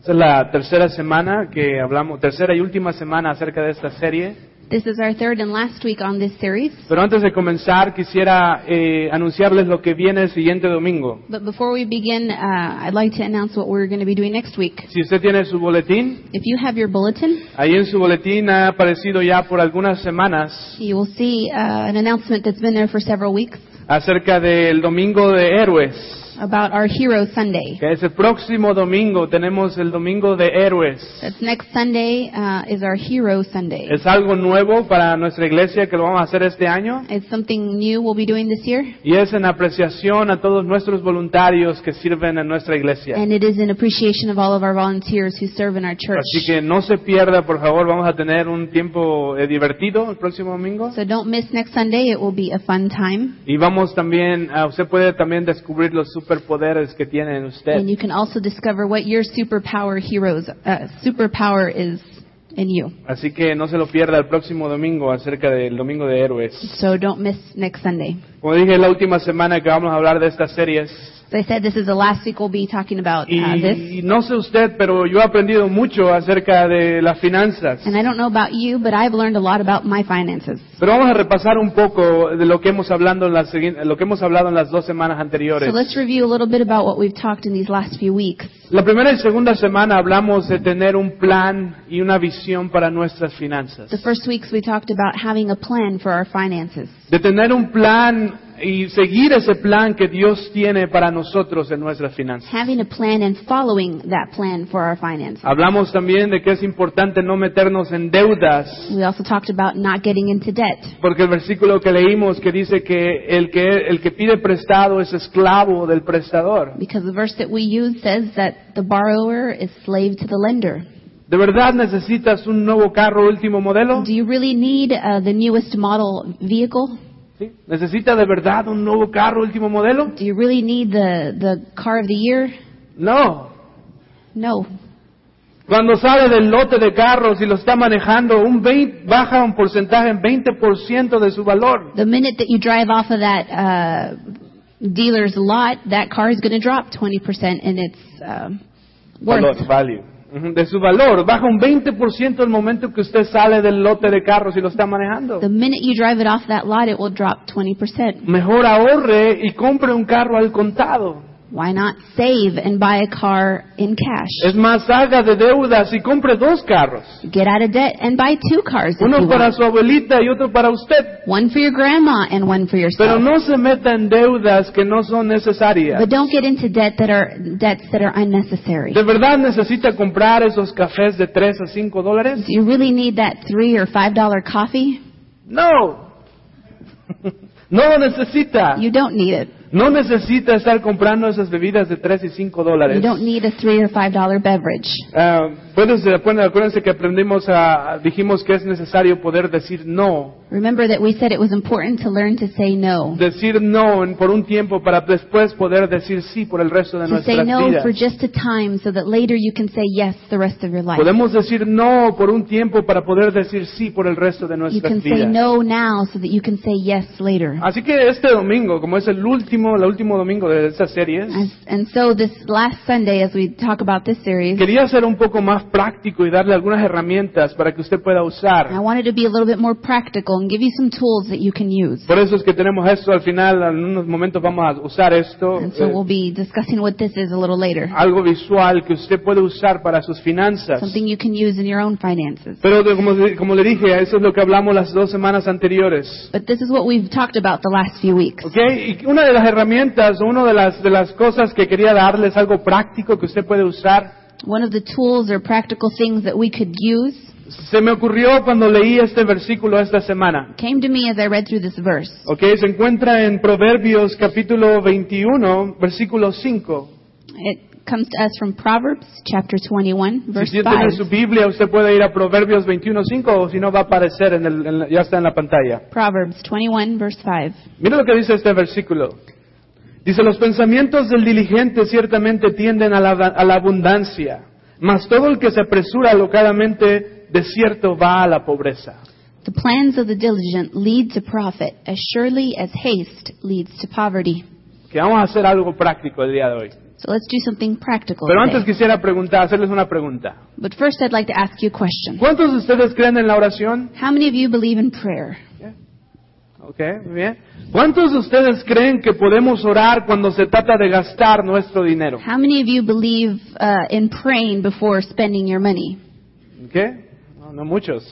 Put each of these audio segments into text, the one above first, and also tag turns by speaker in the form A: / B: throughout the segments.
A: Esta es la tercera semana que hablamos, tercera y última semana acerca de esta serie.
B: This is our third and last week on this series.
A: Pero antes de comenzar, quisiera eh, anunciarles lo que viene el siguiente domingo.
B: But before we begin, uh, I'd like to announce what we're going to be doing next week.
A: Si usted tiene su boletín,
B: If you have your bulletin,
A: ahí en su boletín ha aparecido ya por algunas semanas
B: you will see uh, an announcement that's been there for several weeks
A: acerca del Domingo de Héroes.
B: about our Hero Sunday.
A: Que es el próximo domingo, tenemos el Domingo de Héroes.
B: That's next Sunday uh, is our Hero Sunday.
A: Es algo nuevo para nuestra iglesia que lo vamos a hacer este año.
B: It's something new we'll be doing this year,
A: Y es en apreciación a todos nuestros voluntarios que sirven en nuestra iglesia.
B: and it is in appreciation of all of our volunteers who serve in our church.
A: Así que no se pierda, por favor, vamos a tener un tiempo eh, divertido el próximo domingo.
B: So don't miss next Sunday. It will be a fun time.
A: Y vamos también, ah, usted puede también descubrir los superpoderes que tiene en usted.
B: And you can also discover what your superpower heroes, uh, superpower is in you.
A: Así que no se lo pierda el próximo domingo acerca del Domingo de Héroes.
B: So don't miss next Sunday.
A: Como dije, es la última semana que vamos a hablar de estas series.
B: As I said, this is the last week we'll be talking about uh, this.
A: Y, y no sé usted, pero yo he aprendido mucho acerca de las finanzas.
B: And I don't know about you, but I've learned a lot about my finances.
A: Pero vamos a repasar un poco de lo que hemos hablando en las, segui- lo que hemos hablado en las dos semanas
B: So
A: anteriores.
B: let's review a little bit about what we've talked in these last few weeks.
A: La primera y segunda semana hablamos de tener un plan y una visión para nuestras finanzas.
B: The first weeks we talked about having a plan for our finances,
A: De tener un plan y seguir ese plan que Dios tiene para nosotros en nuestras finanzas.
B: having a plan and following that plan for our finances.
A: Hablamos también de que es importante no meternos en deudas,
B: We also talked about not getting into debt
A: porque el versículo que leímos que dice que el que, el que pide prestado es esclavo del prestador.
B: because the verse that we use says that the borrower is slave to the lender.
A: ¿De verdad necesitas un nuevo carro último modelo?
B: Do you really need uh, the newest model vehicle?
A: ¿Sí? ¿Necesita de verdad un nuevo carro último modelo?
B: Do you really need the, the car of the year?
A: No,
B: No.
A: Cuando sale del lote de carros y lo está manejando, un 20 baja un porcentaje en 20% de su valor.
B: The minute that you drive off of that uh, dealer's lot, that car is going to drop 20% in its um worth.
A: Valor, value. Ujú, De su valor, baja un 20% el momento que usted sale del lote de carros y lo está manejando.
B: The minute you drive it off that lot, it will drop 20%.
A: Mejor ahorre y compre un carro al contado.
B: Why not save and buy a car in cash?
A: Es más, haga de deudas y compre dos carros.
B: Get out of debt and buy two cars if
A: Uno
B: you
A: para
B: want.
A: su abuelita y otro para usted.
B: One for your grandma and one for
A: Pero
B: yourself.
A: no se meta en deudas que no son necesarias.
B: But don't get into debt that are debts that are unnecessary.
A: ¿De verdad necesita comprar esos cafés de 3 a 5 dólares?
B: Do you really need that three or five dollar coffee?
A: No. No lo necesita.
B: You don't need it.
A: No necesita estar comprando esas bebidas de 3 y 5
B: You
A: dólares.
B: don't need a three or five dollar beverage.
A: Ah, puedes- bueno, acuérdense que aprendimos a, dijimos que es necesario poder decir no.
B: Remember that we said it was important to learn to say no.
A: Decir no en- por un tiempo para después poder decir sí por el resto de
B: To say
A: nuestras
B: no
A: vidas.
B: for just a time so that later you can say yes the rest of your life.
A: Podemos decir no por un tiempo para poder decir sí por el resto de
B: You
A: nuestras
B: can say
A: vidas.
B: no now so that you can say yes later.
A: Así que este domingo, como es el último, el último domingo de esta serie,
B: As- And so this last Sunday, as we talk about this series,
A: Quería ser un poco más práctico y darle algunas herramientas para que usted pueda
B: I
A: usar.
B: wanted to be a little bit more practical and give you some tools that you can use.
A: Por eso es que tenemos esto al final, en unos momentos vamos a usar esto,
B: And so
A: eh,
B: we'll be discussing what this is a little later.
A: algo visual que usted puede usar para sus finanzas.
B: Something you can use in your own finances.
A: Pero de- como, como le dije, eso es lo que hablamos las dos semanas anteriores.
B: But this is what we've talked about the last few weeks.
A: ¿Ok? Y una de las herramientas, o una de las, de las cosas que quería darles, algo práctico que usted puede usar,
B: One of the tools or practical things that we could use
A: se me ocurrió cuando leí este versículo esta semana.
B: came to me as I read through this verse.
A: ¿Ok? Se encuentra en Proverbios capítulo 21, versículo 5.
B: It comes to us from Proverbs chapter 21,
A: Si
B: verse
A: usted
B: 5.
A: tiene su Biblia, usted puede ir a Proverbios 21.5 o si no va a aparecer, en el- en la- ya está en la pantalla.
B: Proverbs 21, verse 5.
A: Mira lo que dice este versículo. Dice, los pensamientos del diligente ciertamente tienden a la, a la abundancia, mas todo el que se apresura alocadamente de cierto va a la pobreza.
B: The plans of the diligent lead to profit as surely as haste leads to poverty.
A: Que vamos a hacer algo práctico el día de hoy.
B: So let's do something practical.
A: Pero antes
B: today.
A: quisiera preguntar, hacerles una pregunta.
B: But first, I'd like to ask you a question.
A: ¿Cuántos de ustedes creen en la oración?
B: How many of you believe in prayer?
A: Ok, muy bien. ¿Cuántos de ustedes creen que podemos orar cuando se trata de gastar nuestro dinero?
B: How many of you believe uh, in praying before spending your money?
A: Ok, no, no muchos.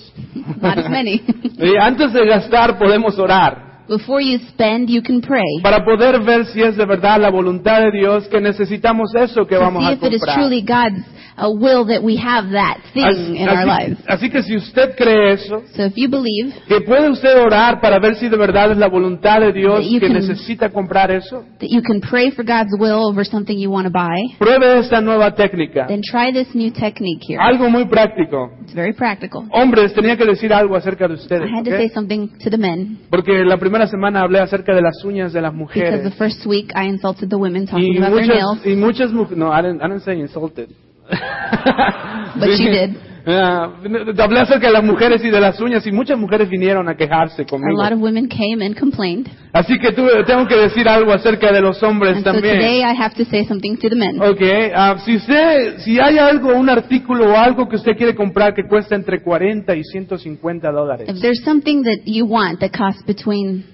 B: Not as many.
A: Y antes de gastar podemos orar
B: before you spend, you can pray
A: para poder ver si es de verdad la voluntad de Dios que necesitamos eso que
B: to
A: vamos
B: see
A: a
B: if it is
A: comprar.
B: truly God's uh, will that we have that thing
A: Así,
B: in our
A: así-
B: lives.
A: así que si usted cree eso,
B: So if you believe
A: que puede usted orar para ver si de verdad es la voluntad de Dios
B: That you
A: que
B: can-
A: necesita comprar eso,
B: that you can pray for God's will over something you want to buy,
A: pruebe esta nueva técnica.
B: then try this new technique here.
A: Algo muy práctico.
B: It's very practical.
A: Hombres, tenía que decir algo acerca de
B: I
A: ustedes.
B: had to
A: ¿ok?
B: say something to the men
A: Porque la primera semana hablé acerca de las uñas de las
B: because the
A: mujeres.
B: first week I insulted the women talking
A: Y
B: about their nails.
A: muchas, y muchas mujeres. No, I didn't, I didn't say insulted.
B: But
A: Sí.
B: you did.
A: Ah, hablé acerca de las mujeres y de las uñas y muchas mujeres vinieron a quejarse
B: A
A: conmigo.
B: lot of women came and complained.
A: Así que tuve- tengo que decir algo acerca de los hombres
B: And so
A: también.
B: today I have to say something to the men.
A: Ok, ah, si usted, si hay algo, un artículo o algo que usted quiere comprar que cuesta entre 40 y 150 dólares.
B: If there's something that you want that costs between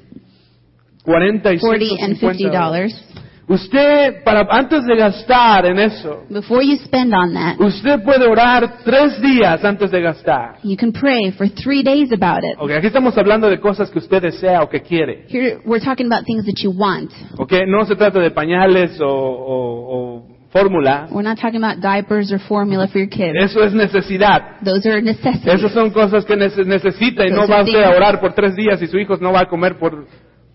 A: 40 y
B: 40 and 50
A: 150 dólares.
B: dollars,
A: Usted, para, antes de gastar en eso,
B: before you spend on that,
A: usted puede orar tres días antes de gastar.
B: you can pray for three days about it.
A: Ok, aquí estamos hablando de cosas que usted desea o que quiere.
B: Here we're talking about things that you want.
A: Ok, no se trata de pañales o, o- o fórmula.
B: We're not talking about diapers or formula for your kids.
A: Eso es necesidad.
B: Those are
A: Esas
B: necessities.
A: son cosas que nece- necesita y no va usted a orar por tres días y su hijo no va a comer por,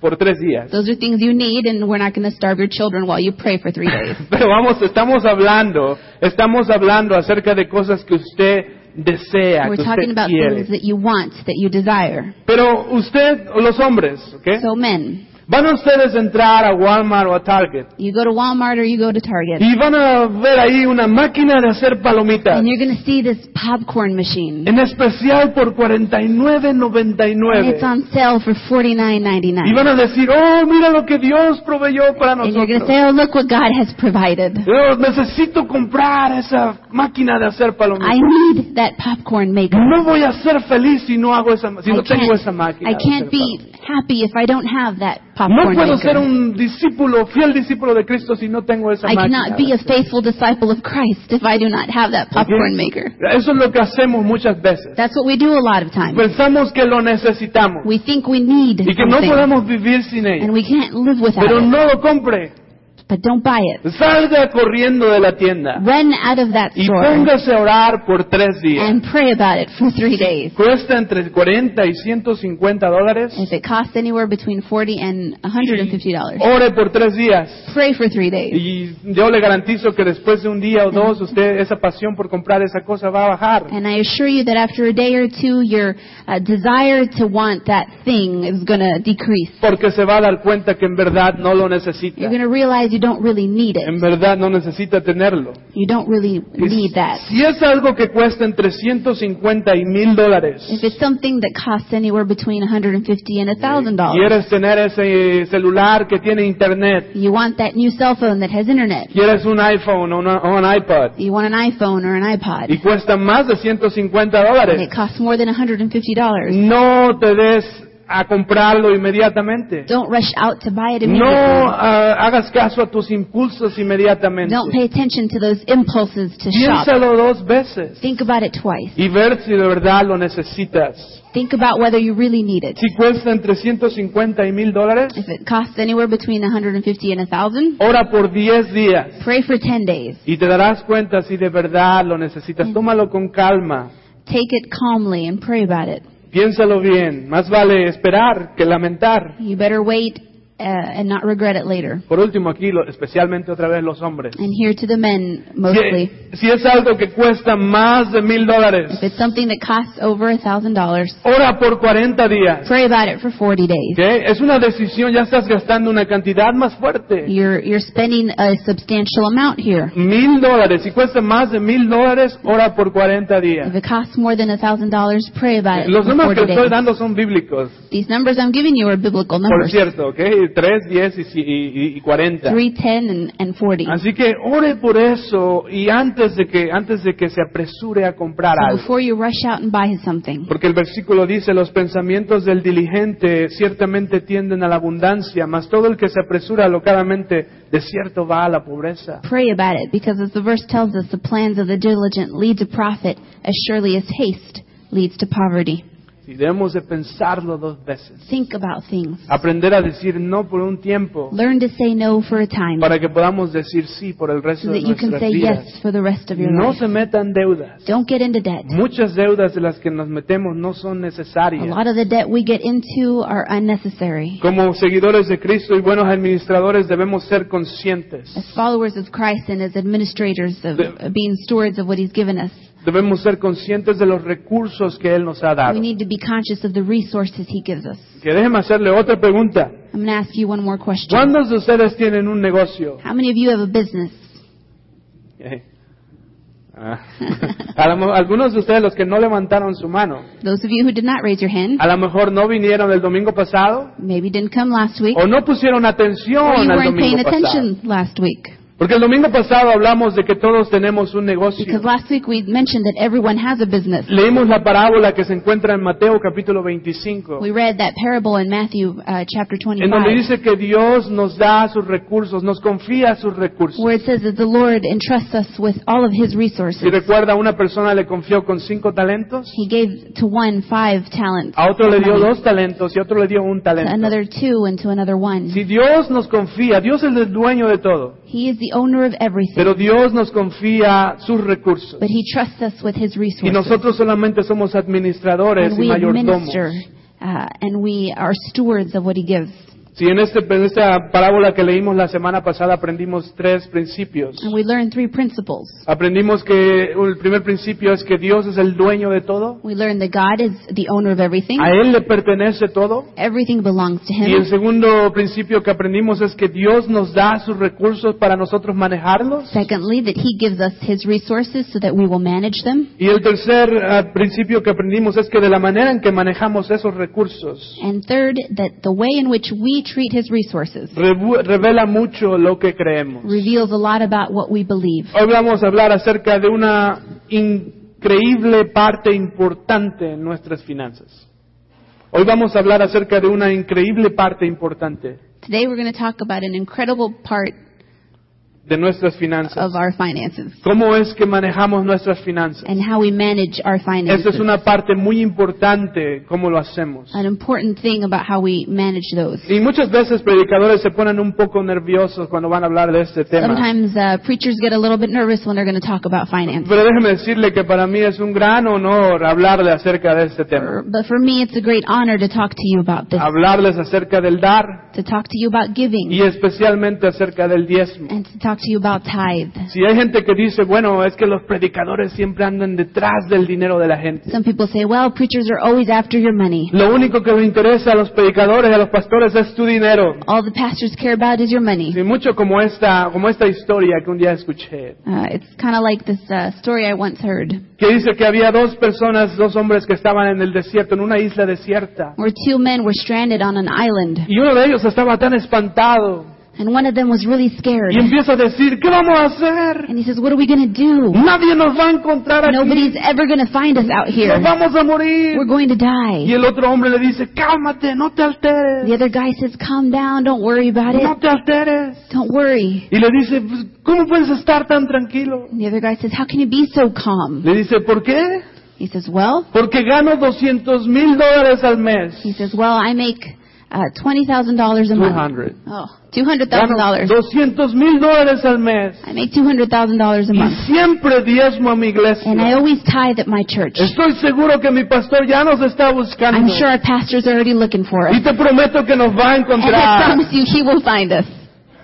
A: por tres días.
B: Those are things you need, and we're not going to starve your children while you pray for three days.
A: Pero vamos, estamos hablando, estamos hablando acerca de cosas que usted desea,
B: We're
A: que
B: talking
A: usted
B: about
A: quiere.
B: things that you want, that you desire.
A: Pero usted, o los hombres, ¿ok?
B: So, men,
A: Van a ustedes a entrar a Walmart o a Target
B: you go to Walmart or you go to Target,
A: y van a ver ahí una máquina de hacer palomitas,
B: and you're going to see this popcorn machine.
A: en especial por
B: And
A: 49.99.
B: it's on sale for forty nine ninety
A: Y
B: nine.
A: van a decir, oh, mira lo que Dios proveyó para
B: And you're going to
A: nosotros.
B: say, "Oh, look what God has provided!
A: Yo necesito comprar esa máquina de hacer
B: I
A: palomitas.
B: need that popcorn maker.
A: No voy a ser feliz si no hago esa, si
B: I
A: no tengo esa
B: can't,
A: máquina.
B: I
A: de hacer
B: can't
A: palomitas.
B: be happy if I don't have that
A: No
B: popcorn
A: puedo ser
B: maker.
A: un discípulo, fiel discípulo de Cristo si no tengo esa
B: I
A: máquina.
B: cannot be a faithful disciple of Christ if I do not have that popcorn maker."
A: Eso es lo que hacemos muchas veces.
B: That's what we do a lot of times.
A: Pensamos que lo necesitamos
B: We think we need
A: y que no
B: something,
A: podemos vivir sin
B: and
A: ello.
B: we can't live without
A: Pero
B: it.
A: no lo compre.
B: But don't buy it.
A: Salga corriendo de la tienda
B: Run out of that
A: y
B: store
A: póngase a orar por tres días.
B: and pray about it for three days.
A: Cuesta entre 40 y 150 dólares.
B: If it costs anywhere between forty and one hundred and fifty dollars.
A: Ore por tres días.
B: pray for three days.
A: Y yo le garantizo que después de un día o dos, usted esa pasión por comprar esa cosa va a bajar.
B: And I assure you that after a day or two, your uh, desire to want that thing is going to decrease.
A: Porque se va a dar cuenta que en verdad no lo
B: You're
A: necesita.
B: going to realize you don't really need
A: En
B: it.
A: verdad no necesita tenerlo.
B: You don't really need that.
A: Si es algo que cuesta entre 150 y 1000 dólares,
B: If it's something that costs anywhere betwén 150 and $1,000,
A: quieres tener ese celular que tiene internet,
B: you want that new cell phone that has internet.
A: quieres un iPhone o, una- o un iPad
B: You want an iPhone or an
A: y
B: iPod.
A: cuesta más de 150
B: And
A: dólares,
B: it costs more than $150.
A: no te des a comprarlo inmediatamente.
B: Don't rush out to buy it
A: No
B: immediately.
A: ah, hagas caso a tus impulsos inmediatamente.
B: Don't pay attention to those impulses to shop.
A: Piénsalo dos veces
B: Think about it twice.
A: y ver si de verdad lo necesitas.
B: Think about whether you really need it.
A: Si cuesta entre 150 y 1000 dólares,
B: If it costs anywhere between 150 and 1000,
A: ora por 10 días
B: pray for 10 days.
A: y te darás cuenta si de verdad lo necesitas. Tómalo con calma,
B: Take it calmly and pray about it.
A: piénsalo bien. Más vale esperar que lamentar.
B: You better wait uh, and not regret it later.
A: Por último, aquí, lo- especialmente otra vez los hombres.
B: And here to the men mostly.
A: Si, si es algo que cuesta más de 1000 dólares,
B: If it's something that costs over $1000,
A: ora por 40 días.
B: pray about it for 40 days.
A: ¿Ok? Es una decisión, ya estás gastando una cantidad más fuerte.
B: You're you're spending a substantial amount here.
A: Mil dólares, si cuesta más de mil dólares, ora por 40 días.
B: If it costs more than $1000, pray about it
A: Los
B: for
A: números que
B: 40
A: estoy
B: days.
A: dando son bíblicos,
B: These numbers I'm giving you are biblical
A: por
B: numbers.
A: cierto, ¿ok? decir 3, 10 y, si- y- y 40.
B: 3, 10, and, and 40.
A: Así que ore por eso y antes de que antes de que se apresure a comprar
B: So
A: algo.
B: before you rush out and buy something.
A: Porque el versículo dice, los pensamientos del diligente ciertamente tienden a la abundancia, mas todo el que se apresura locadamente de cierto va a la pobreza.
B: Pray about it, because as the verse tells us, the plans of the diligent lead to profit as surely as haste leads to poverty.
A: Y debemos de pensarlo dos veces.
B: Think about things.
A: Aprender a decir no por un tiempo
B: Learn to say no for a time
A: para que podamos decir sí por el resto
B: so
A: de
B: that you can
A: nuestras
B: say
A: vidas.
B: yes for the rest of your
A: No
B: life.
A: se metan deudas.
B: Don't get into debt.
A: Muchas deudas de las que nos metemos no son
B: A
A: necesarias.
B: lot of the debt we get into are unnecessary.
A: Como seguidores de Cristo y buenos administradores debemos ser conscientes.
B: As followers of Christ and as administrators of of being stewards of what He's given us,
A: Debemos ser conscientes de los recursos que Él nos ha
B: we
A: dado.
B: need to be conscious of the resources He gives us.
A: Que déjeme hacerle otra pregunta.
B: I'm going to ask you one more question.
A: ¿Cuántos de ustedes tienen un negocio?
B: How many of you have a business?
A: Eh. Ah. A lo mo- algunos de ustedes, los que no levantaron su mano,
B: Those of you who did not raise your hand,
A: a lo mejor no vinieron el domingo pasado
B: maybe didn't come last week,
A: o no pusieron
B: or you
A: atención al
B: weren't paying
A: domingo pasado.
B: attention last week.
A: Porque el domingo pasado hablamos de que todos tenemos un negocio.
B: Because last week we mentioned that everyone has a business.
A: Leímos la parábola que se encuentra en Mateo capítulo 25.
B: We read that parable in Matthew uh, chapter
A: en donde
B: 25,
A: dice que Dios nos da sus recursos, nos confía sus recursos.
B: where it says that the Lord entrusts us with all of His resources.
A: Si recuerda, una persona le confió con cinco talentos,
B: He gave to one five talents,
A: a otro le dio
B: Money.
A: dos talentos y a otro le dio un
B: to
A: talento.
B: another two, and to another one.
A: Si Dios nos confía, Dios es el dueño de todo,
B: He is the owner of
A: pero
B: everything,
A: Dios nos confía sus recursos.
B: but He trusts us with His
A: Y
B: resources.
A: nosotros solamente somos administradores
B: pues, And
A: y
B: we
A: mayordomos.
B: administer, uh, and we are stewards of what He gives.
A: Si en, este- en esta parábola que leímos la semana pasada aprendimos tres principios.
B: And we learn three principles.
A: Aprendimos que el primer principio es que Dios es el dueño de todo,
B: We learn that God is the owner of everything.
A: a Él le pertenece todo.
B: Everything belongs to
A: Y el
B: Him.
A: segundo principio que aprendimos es que Dios nos da sus recursos para nosotros manejarlos.
B: Secondly, that He gives us His resources so that we will manage them.
A: Y el tercer ah, principio que aprendimos es que de la manera en que manejamos esos recursos
B: And third, that the way in which we treat His resources
A: revu- revela mucho lo que creemos.
B: reveals a lot about what we believe.
A: Hoy vamos a hablar acerca de una increíble parte importante en nuestras finanzas. Hoy vamos a hablar acerca de una increíble parte importante
B: Today we're going to talk about an incredible part
A: de nuestras finanzas.
B: of our finances
A: ¿Cómo es que manejamos nuestras finanzas?
B: and how we manage our
A: Esta
B: finances.
A: es una parte muy importante, cómo lo hacemos.
B: An important thing about how we manage those.
A: Y muchas veces predicadores se ponen un poco nerviosos cuando van a hablar de este tema.
B: Sometimes uh, preachers get a little bit nervous when they're going to talk about finances.
A: Pero déjeme decirle que para mí es un gran honor hablarle acerca de este tema.
B: But for me, it's a great honor to talk to you about this,
A: Hablarles acerca del dar
B: to talk to you about giving,
A: y especialmente acerca del diezmo.
B: and to talk to you about tithe.
A: Si hay gente que dice, bueno, es que los predicadores siempre andan detrás del dinero de la gente.
B: Some people say, well, preachers are always after your money.
A: Lo único que le interesa a los predicadores y a los pastores es tu dinero.
B: All the pastors care about is your money.
A: Y mucho como esta, como esta historia que un día escuché.
B: Uh, it's kind of like this uh, story I once heard,
A: que dice que había dos personas, dos hombres que estaban en el desierto, en una isla desierta.
B: where two men were stranded on an island,
A: Y uno de ellos estaba tan espantado
B: and one of them was really scared.
A: y empieza a decir, ¿qué vamos a hacer?
B: And he says, What are we going to do?
A: Nadie nos va a encontrar aquí,
B: Nobody's ever going to find us out here.
A: nos vamos a morir.
B: We're going to
A: Y
B: die.
A: el otro hombre le dice, cálmate, no te
B: The
A: alteres,
B: other guy says, Calm down. Don't worry about it.
A: no te alteres.
B: Don't worry.
A: Y le dice, "Pues, ¿cómo puedes estar tan tranquilo?
B: And the other guy says, How can you be so calm?
A: Le dice, ¿por qué?
B: He says, Well,
A: Porque gano 200 mil dólares al mes.
B: he says, Well, I make uh, $20,000 a month.
A: 200.
B: Oh,
A: Gano
B: $200,000.
A: 200 mil dólares al mes.
B: I make $200,000 a
A: Y
B: month.
A: siempre diezmo a mi
B: And I
A: iglesia.
B: always tithe at my church.
A: Estoy seguro que mi pastor ya nos está
B: I'm
A: buscando.
B: sure our pastor's already looking for us.
A: Y te prometo que nos va a
B: And I
A: encontrar.
B: promise you, he will find us.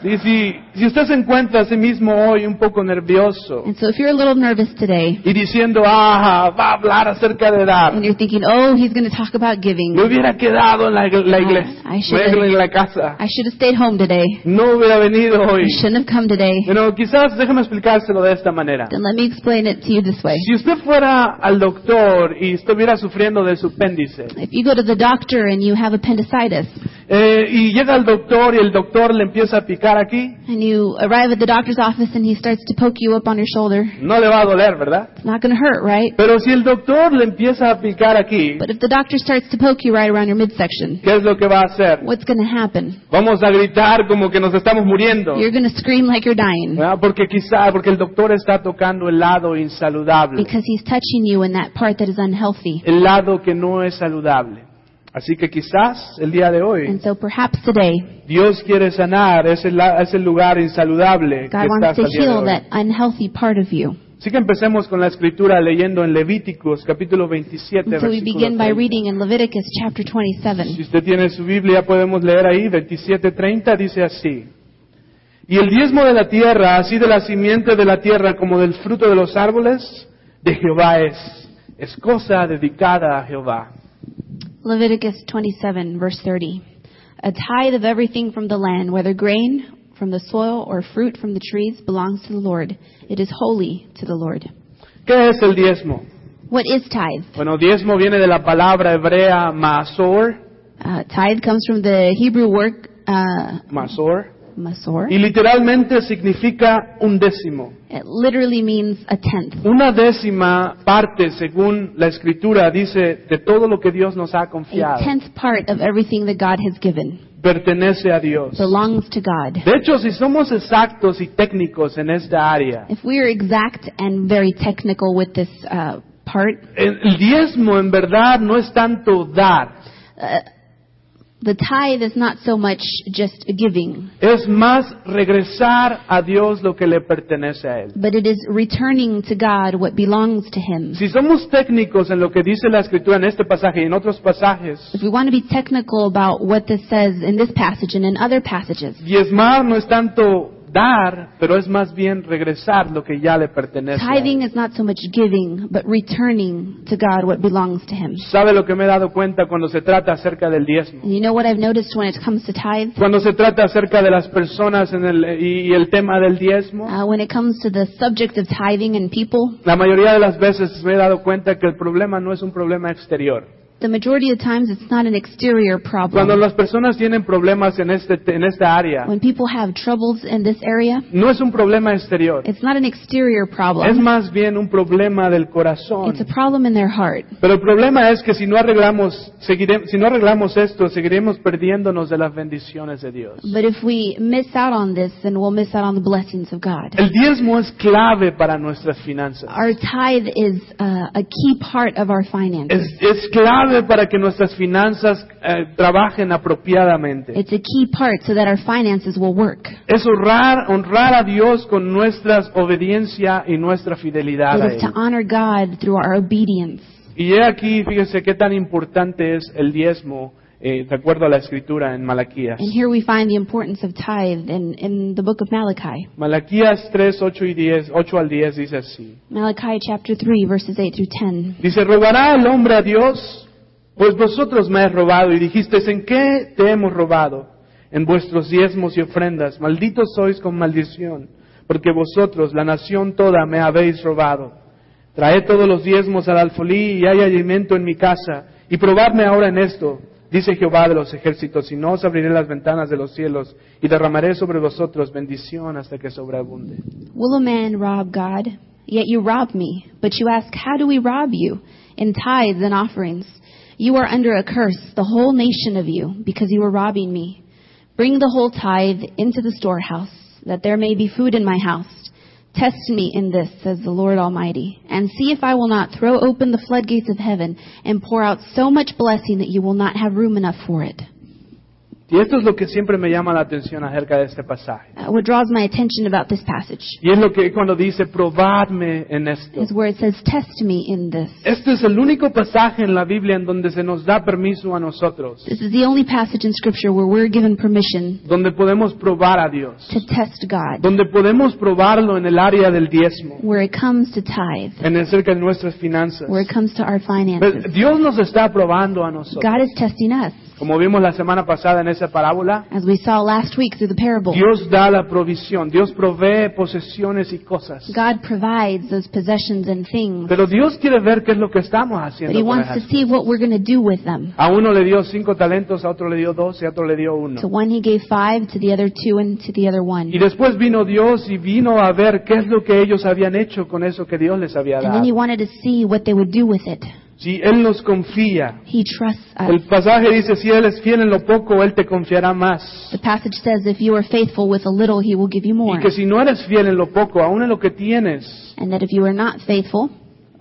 A: Y si, si usted se encuentra a sí mismo hoy un poco nervioso
B: And so if you're a little nervous today,
A: y diciendo, ah, va a hablar acerca de dar,
B: and you're thinking, Oh, he's going to talk about giving.
A: me hubiera quedado en la, igle- la iglesia,
B: I
A: me
B: should-
A: hubiera quedado en la casa,
B: I should have stayed home today.
A: no hubiera venido
B: I
A: hoy.
B: shouldn't have come today.
A: Pero quizás déjame explicárselo de esta manera.
B: Then let me explain it to you this way.
A: Si usted fuera al doctor y estuviera sufriendo de su apéndice,
B: If you go to the doctor and you have appendicitis,
A: Eh, y llega el doctor y el doctor le empieza a picar aquí.
B: And you arrive at the doctor's office and he starts to poke you up on your shoulder.
A: No le va a doler, ¿verdad?
B: It's not going to hurt, right?
A: Pero si el doctor le empieza a picar aquí,
B: But if the doctor starts to poke you right around your midsection,
A: ¿qué es lo que va a hacer?
B: what's going to happen?
A: Vamos a gritar como que nos estamos muriendo.
B: You're going to scream like you're dying
A: ¿verdad? Porque quizá, porque el doctor está tocando el lado insaludable,
B: because he's touching you in that part that is unhealthy.
A: el lado que no es saludable. Así que quizás el día de hoy
B: And so perhaps today,
A: Dios quiere sanar ese, la- ese lugar insaludable que
B: God
A: está
B: wants
A: hasta
B: to
A: el día de
B: heal
A: hoy.
B: that unhealthy part of you.
A: Así que empecemos con la escritura leyendo en Levíticos capítulo 27.
B: And so we
A: versículo
B: begin by
A: 30.
B: reading in Leviticus chapter
A: Si
B: 27.
A: usted tiene su Biblia, podemos leer ahí, 27.30 dice así. Y el diezmo de la tierra, así de la simiente de la tierra como del fruto de los árboles, de Jehová es. Es cosa dedicada a Jehová.
B: Leviticus 27, verse 30. A tithe of everything from the land, whether grain from the soil or fruit from the trees, belongs to the Lord. It is holy to the Lord.
A: ¿Qué es el diezmo?
B: What is tithe?
A: Bueno, diezmo viene de la palabra hebrea maasor,
B: Uh, tithe comes from the Hebrew word uh,
A: maasor,
B: masor.
A: y literalmente significa un décimo.
B: It literally means a tenth.
A: Una décima parte, según la escritura, dice, de todo lo que Dios nos ha
B: A
A: confiado,
B: tenth part of everything that God has given
A: pertenece a Dios.
B: belongs to God.
A: De hecho, si somos exactos y técnicos en esta área,
B: If we are exact and very technical with this uh, part,
A: el el diezmo en verdad no es tanto dar,
B: uh, the tithe is not so much just giving,
A: es más regresar a Dios lo que le pertenece a Él.
B: but it is returning to God what belongs to Him.
A: Si somos técnicos en lo que dice la Escritura en este pasaje y en otros pasajes,
B: If we want to be technical about what this says in this passage and in other passages,
A: diezmar no es tanto dar, pero es más bien regresar lo que ya le pertenece. a Él.
B: tithing is not so much giving, but returning to God what belongs to Him.
A: ¿Sabe lo que me he dado cuenta cuando se trata acerca del diezmo?
B: And you know what I've noticed when it comes to tithe?
A: Cuando se trata acerca de las personas en el- y- y el tema del diezmo.
B: Uh, when it comes to the subject of tithing and people,
A: La mayoría de las veces me he dado cuenta que el problema no es un problema exterior.
B: the majority of times it's not an exterior problem.
A: Cuando las personas tienen problemas en, este, en esta área,
B: When people have troubles in this area,
A: no es un problema exterior,
B: it's not an exterior
A: es
B: problem.
A: más bien un problema del corazón.
B: It's a problem in their heart.
A: Pero el problema es que si no arreglamos, seguire- si no arreglamos esto, seguiremos perdiéndonos de las bendiciones de Dios.
B: But if we miss out on this, then we'll miss out on the blessings of God.
A: El diezmo es clave para nuestras finanzas.
B: Our tithe is uh, a key part of our finances.
A: Es, es clave para que nuestras finanzas eh, trabajen apropiadamente.
B: It's a key part so that our finances will work.
A: es honrar, honrar a Dios con nuestra obediencia y nuestra fidelidad a
B: It is
A: Él.
B: to honor God through our obedience.
A: Y he aquí, fíjese qué tan importante es el diezmo, eh, de acuerdo a la escritura en Malaquías.
B: And here we find the importance of tithe in, in the book of Malachi.
A: Malaquías 3, 8 y 10, 8 al 10 dice así.
B: Malachi chapter 3, verses 8 through 10.
A: Dice, ¿robará el hombre a Dios? Pues vosotros me has robado y dijisteis, ¿en qué te hemos robado? En vuestros diezmos y ofrendas. Malditos sois con maldición, porque vosotros, la nación toda, me habéis robado. Traed todos los diezmos al alfolí y hay alimento en mi casa. Y probadme ahora en esto, dice Jehová de los ejércitos, y no os abriré las ventanas de los cielos y derramaré sobre vosotros bendición hasta que sobreabunde.
B: Will a man rob God? Yet you rob me. But you ask, How do we rob you? In tithes and offerings. You are under a curse, the whole nation of you, because you are robbing me. Bring the whole tithe into the storehouse, that there may be food in my house. Test me in this, says the Lord Almighty, and see if I will not throw open the floodgates of heaven and pour out so much blessing that you will not have room enough for it.
A: Y esto es lo que siempre me llama la atención acerca de este pasaje.
B: Uh, what draws my attention about this passage
A: Y es lo que cuando dice, probadme en esto.
B: is where it says, Test me in this.
A: Este es el único pasaje en la Biblia en donde se nos da permiso a nosotros,
B: This is the only passage in Scripture where we're given permission
A: donde podemos probar a Dios,
B: to test God,
A: donde podemos probarlo en el área del diezmo,
B: where it comes to tithe,
A: en acerca de nuestras finanzas.
B: where it comes to our
A: Pero
B: finances.
A: Dios nos está probando a
B: God
A: nosotros.
B: is testing us.
A: Como vimos la semana pasada en esa parábola,
B: As we saw last week through the parable,
A: Dios da la provisión, Dios provee posesiones y cosas.
B: God provides those possessions and things,
A: Pero Dios quiere ver qué es lo que estamos
B: but He
A: haciendo. Con
B: wants to
A: esas.
B: see what we're going to do with them.
A: A uno le dio cinco talentos, a otro le dio dos y a otro le dio uno.
B: To one He gave five, to the other two, and to the other one.
A: Y después vino Dios y vino a ver qué es lo que ellos habían hecho con eso que Dios les había
B: And then He
A: dado.
B: wanted to see what they would do with it.
A: Si Él nos confía,
B: He trusts us.
A: el pasaje dice, si Él es fiel en lo poco, Él te confiará más.
B: The passage says, If you are faithful with a little, He will give you more.
A: Y que si no eres fiel en lo poco, aún en lo que tienes,
B: And that if you are not faithful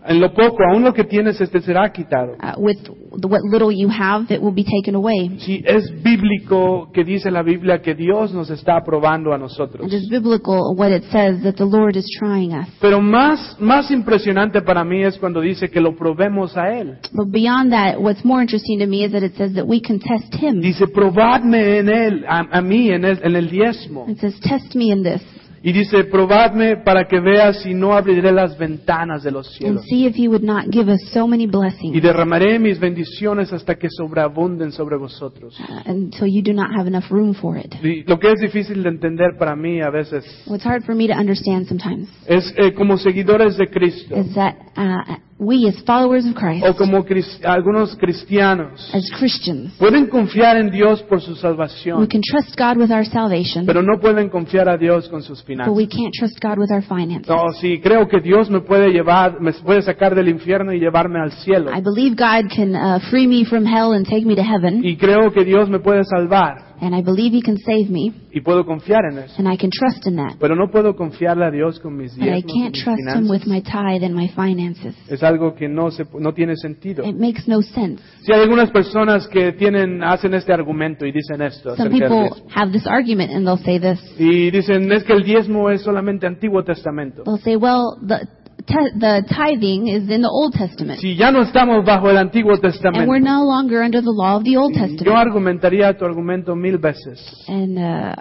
A: en lo poco, aún lo que tienes, este será quitado.
B: uh, with the, what little you have, it will be taken away.
A: Si es bíblico que dice la Biblia que Dios nos está probando a nosotros.
B: It is biblical what it says that the Lord is trying us.
A: Pero más, más impresionante para mí es cuando dice que lo probemos a Él.
B: But beyond that, what's more interesting to me is that it says that we can test Him.
A: Dice, probadme en Él, a, a mí, en el, en el diezmo.
B: It says, Test me in this
A: Y dice, probadme para que veas si no abriré las ventanas de los
B: and
A: cielos.
B: see if you would not give us so many
A: Y
B: blessings
A: derramaré mis bendiciones hasta que sobreabunden sobre vosotros.
B: uh, until you do not have enough room for it.
A: Y lo que es difícil de entender para mí a veces
B: What's hard for me to understand sometimes
A: es eh, como seguidores de Cristo
B: is that uh, we, as followers of Christ,
A: o como cris- algunos cristianos
B: as Christians,
A: pueden confiar en Dios por su
B: We
A: salvación,
B: can trust God with our salvation,
A: pero no pueden confiar a Dios con sus
B: but we
A: finanzas.
B: can't trust God with our finances.
A: No, sí, creo que Dios me puede llevar, me puede sacar del infierno y llevarme al cielo.
B: I believe God can uh, free me from hell and take me to heaven,
A: Y creo que Dios me puede salvar
B: and I believe He can save me,
A: y puedo confiar en eso.
B: and I can trust in that.
A: Pero no puedo confiarle a Dios con mis
B: But I
A: diezmos, con
B: can't
A: mis
B: trust Him with
A: finanzas.
B: my tithe and my finances.
A: Es algo que no se, no tiene sentido.
B: It makes no sense.
A: Si hay algunas personas que tienen, hacen este argumento y dicen esto
B: Some
A: acerca del diezmo.
B: people have this argument, and they'll say this.
A: Y dicen, es que el diezmo es solamente Antiguo Testamento.
B: They'll say, well, the, te- the tithing is in the Old Testament,
A: Si ya no estamos bajo el Antiguo
B: and we're
A: Testamento,
B: no longer under the law of the Old
A: yo
B: Testament.
A: argumentaría tu argumento mil veces.
B: And uh,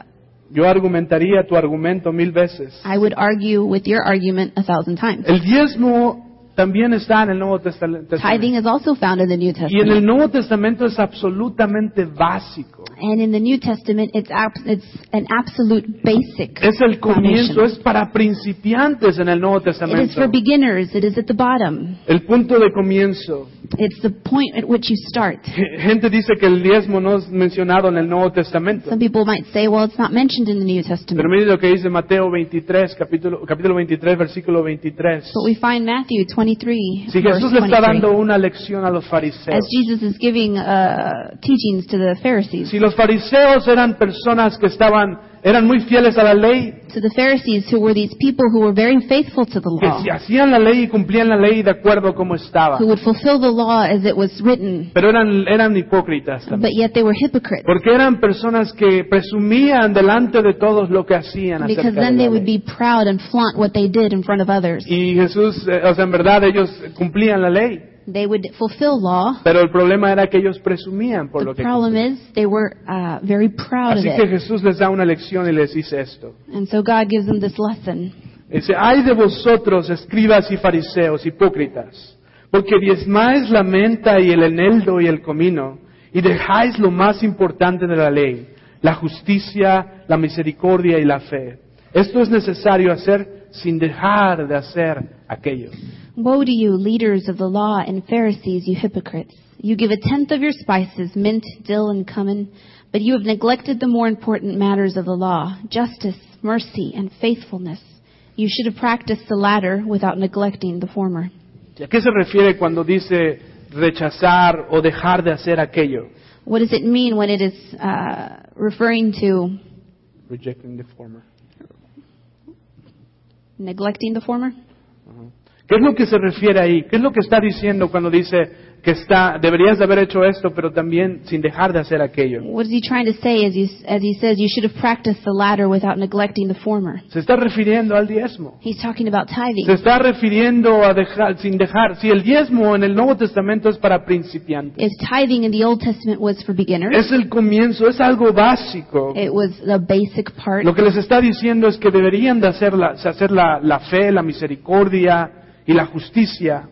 A: Yo argumentaría tu argumento mil veces.
B: I would argue with your argument a thousand times.
A: El diezmo también está en el Nuevo Testal-
B: Tithing
A: Testamento.
B: is also found in the New
A: Y en el
B: Testament.
A: Nuevo Testamento es absolutamente básico.
B: And in the New Testament, it's, ab- it's an absolute basic
A: Es el comienzo,
B: foundation.
A: es para principiantes en el Nuevo
B: It is for
A: Testamento.
B: beginners. It is at the bottom.
A: El punto de comienzo.
B: It's the point at which you start.
A: G- Gente dice que el diezmo no es mencionado en el Nuevo Testamento.
B: Some people might say, well, it's not mentioned in the New
A: Pero
B: Testament.
A: mire lo que dice Mateo 23, capítulo, capítulo 23, versículo 23.
B: But we find Matthew 23,
A: Si
B: verse
A: Jesús le está
B: 23,
A: dando una lección a los
B: as
A: fariseos.
B: Jesus is giving uh, teachings to the Pharisees.
A: Si los fariseos eran personas que estaban, eran muy fieles a la ley,
B: To the Pharisees, who were these people who were very faithful to the
A: que
B: law,
A: si hacían la ley y cumplían la ley de acuerdo a como estaba.
B: who would fulfill the law as it was written,
A: Pero eran, eran hipócritas también.
B: but yet they were hypocrites.
A: Porque eran personas que presumían delante de todos lo que hacían. acerca
B: Because
A: de
B: then
A: la
B: they would
A: ley.
B: be proud and flaunt what they did in front of others.
A: Y Jesús, eh, o sea, en verdad ellos cumplían la ley,
B: They would fulfill law.
A: pero el problema era que ellos presumían por
B: The
A: lo que
B: problem is they were uh, very proud of
A: Así que
B: it.
A: Jesús les da una lección y les dice esto.
B: And so God gives them this lesson.
A: Dice, ay de vosotros, escribas y fariseos, hipócritas, porque diezmáis la menta y el eneldo y el comino, y dejáis lo más importante de la ley, la justicia, la misericordia y la fe. Esto es necesario hacer sin dejar de hacer aquello.
B: Woe to you, leaders of the law and Pharisees, you hypocrites! You give a tenth of your spices, mint, dill, and cumin, but you have neglected the more important matters of the law justice, mercy, and faithfulness. You should have practiced the latter without neglecting the former.
A: ¿A qué se refiere cuando dice rechazar o dejar de hacer aquello?
B: What does it mean when it is uh, referring to
A: Rejecting the former.
B: neglecting the former?
A: ¿Qué es lo que se refiere ahí? ¿Qué es lo que está diciendo cuando dice que está, deberías de haber hecho esto, pero también sin dejar de hacer aquello?
B: What is he trying to say as, you, as he says you should have practiced the latter without neglecting the former?
A: Se está refiriendo al diezmo.
B: He's talking about tithing.
A: Se está refiriendo a dejar, sin dejar. Si el diezmo en el Nuevo Testamento es para principiantes,
B: If tithing in the Old Testament was for beginners,
A: es el comienzo, es algo básico.
B: it was the basic part.
A: Lo que les está diciendo es que deberían de hacer la, hacer la, la fe, la misericordia y la justicia.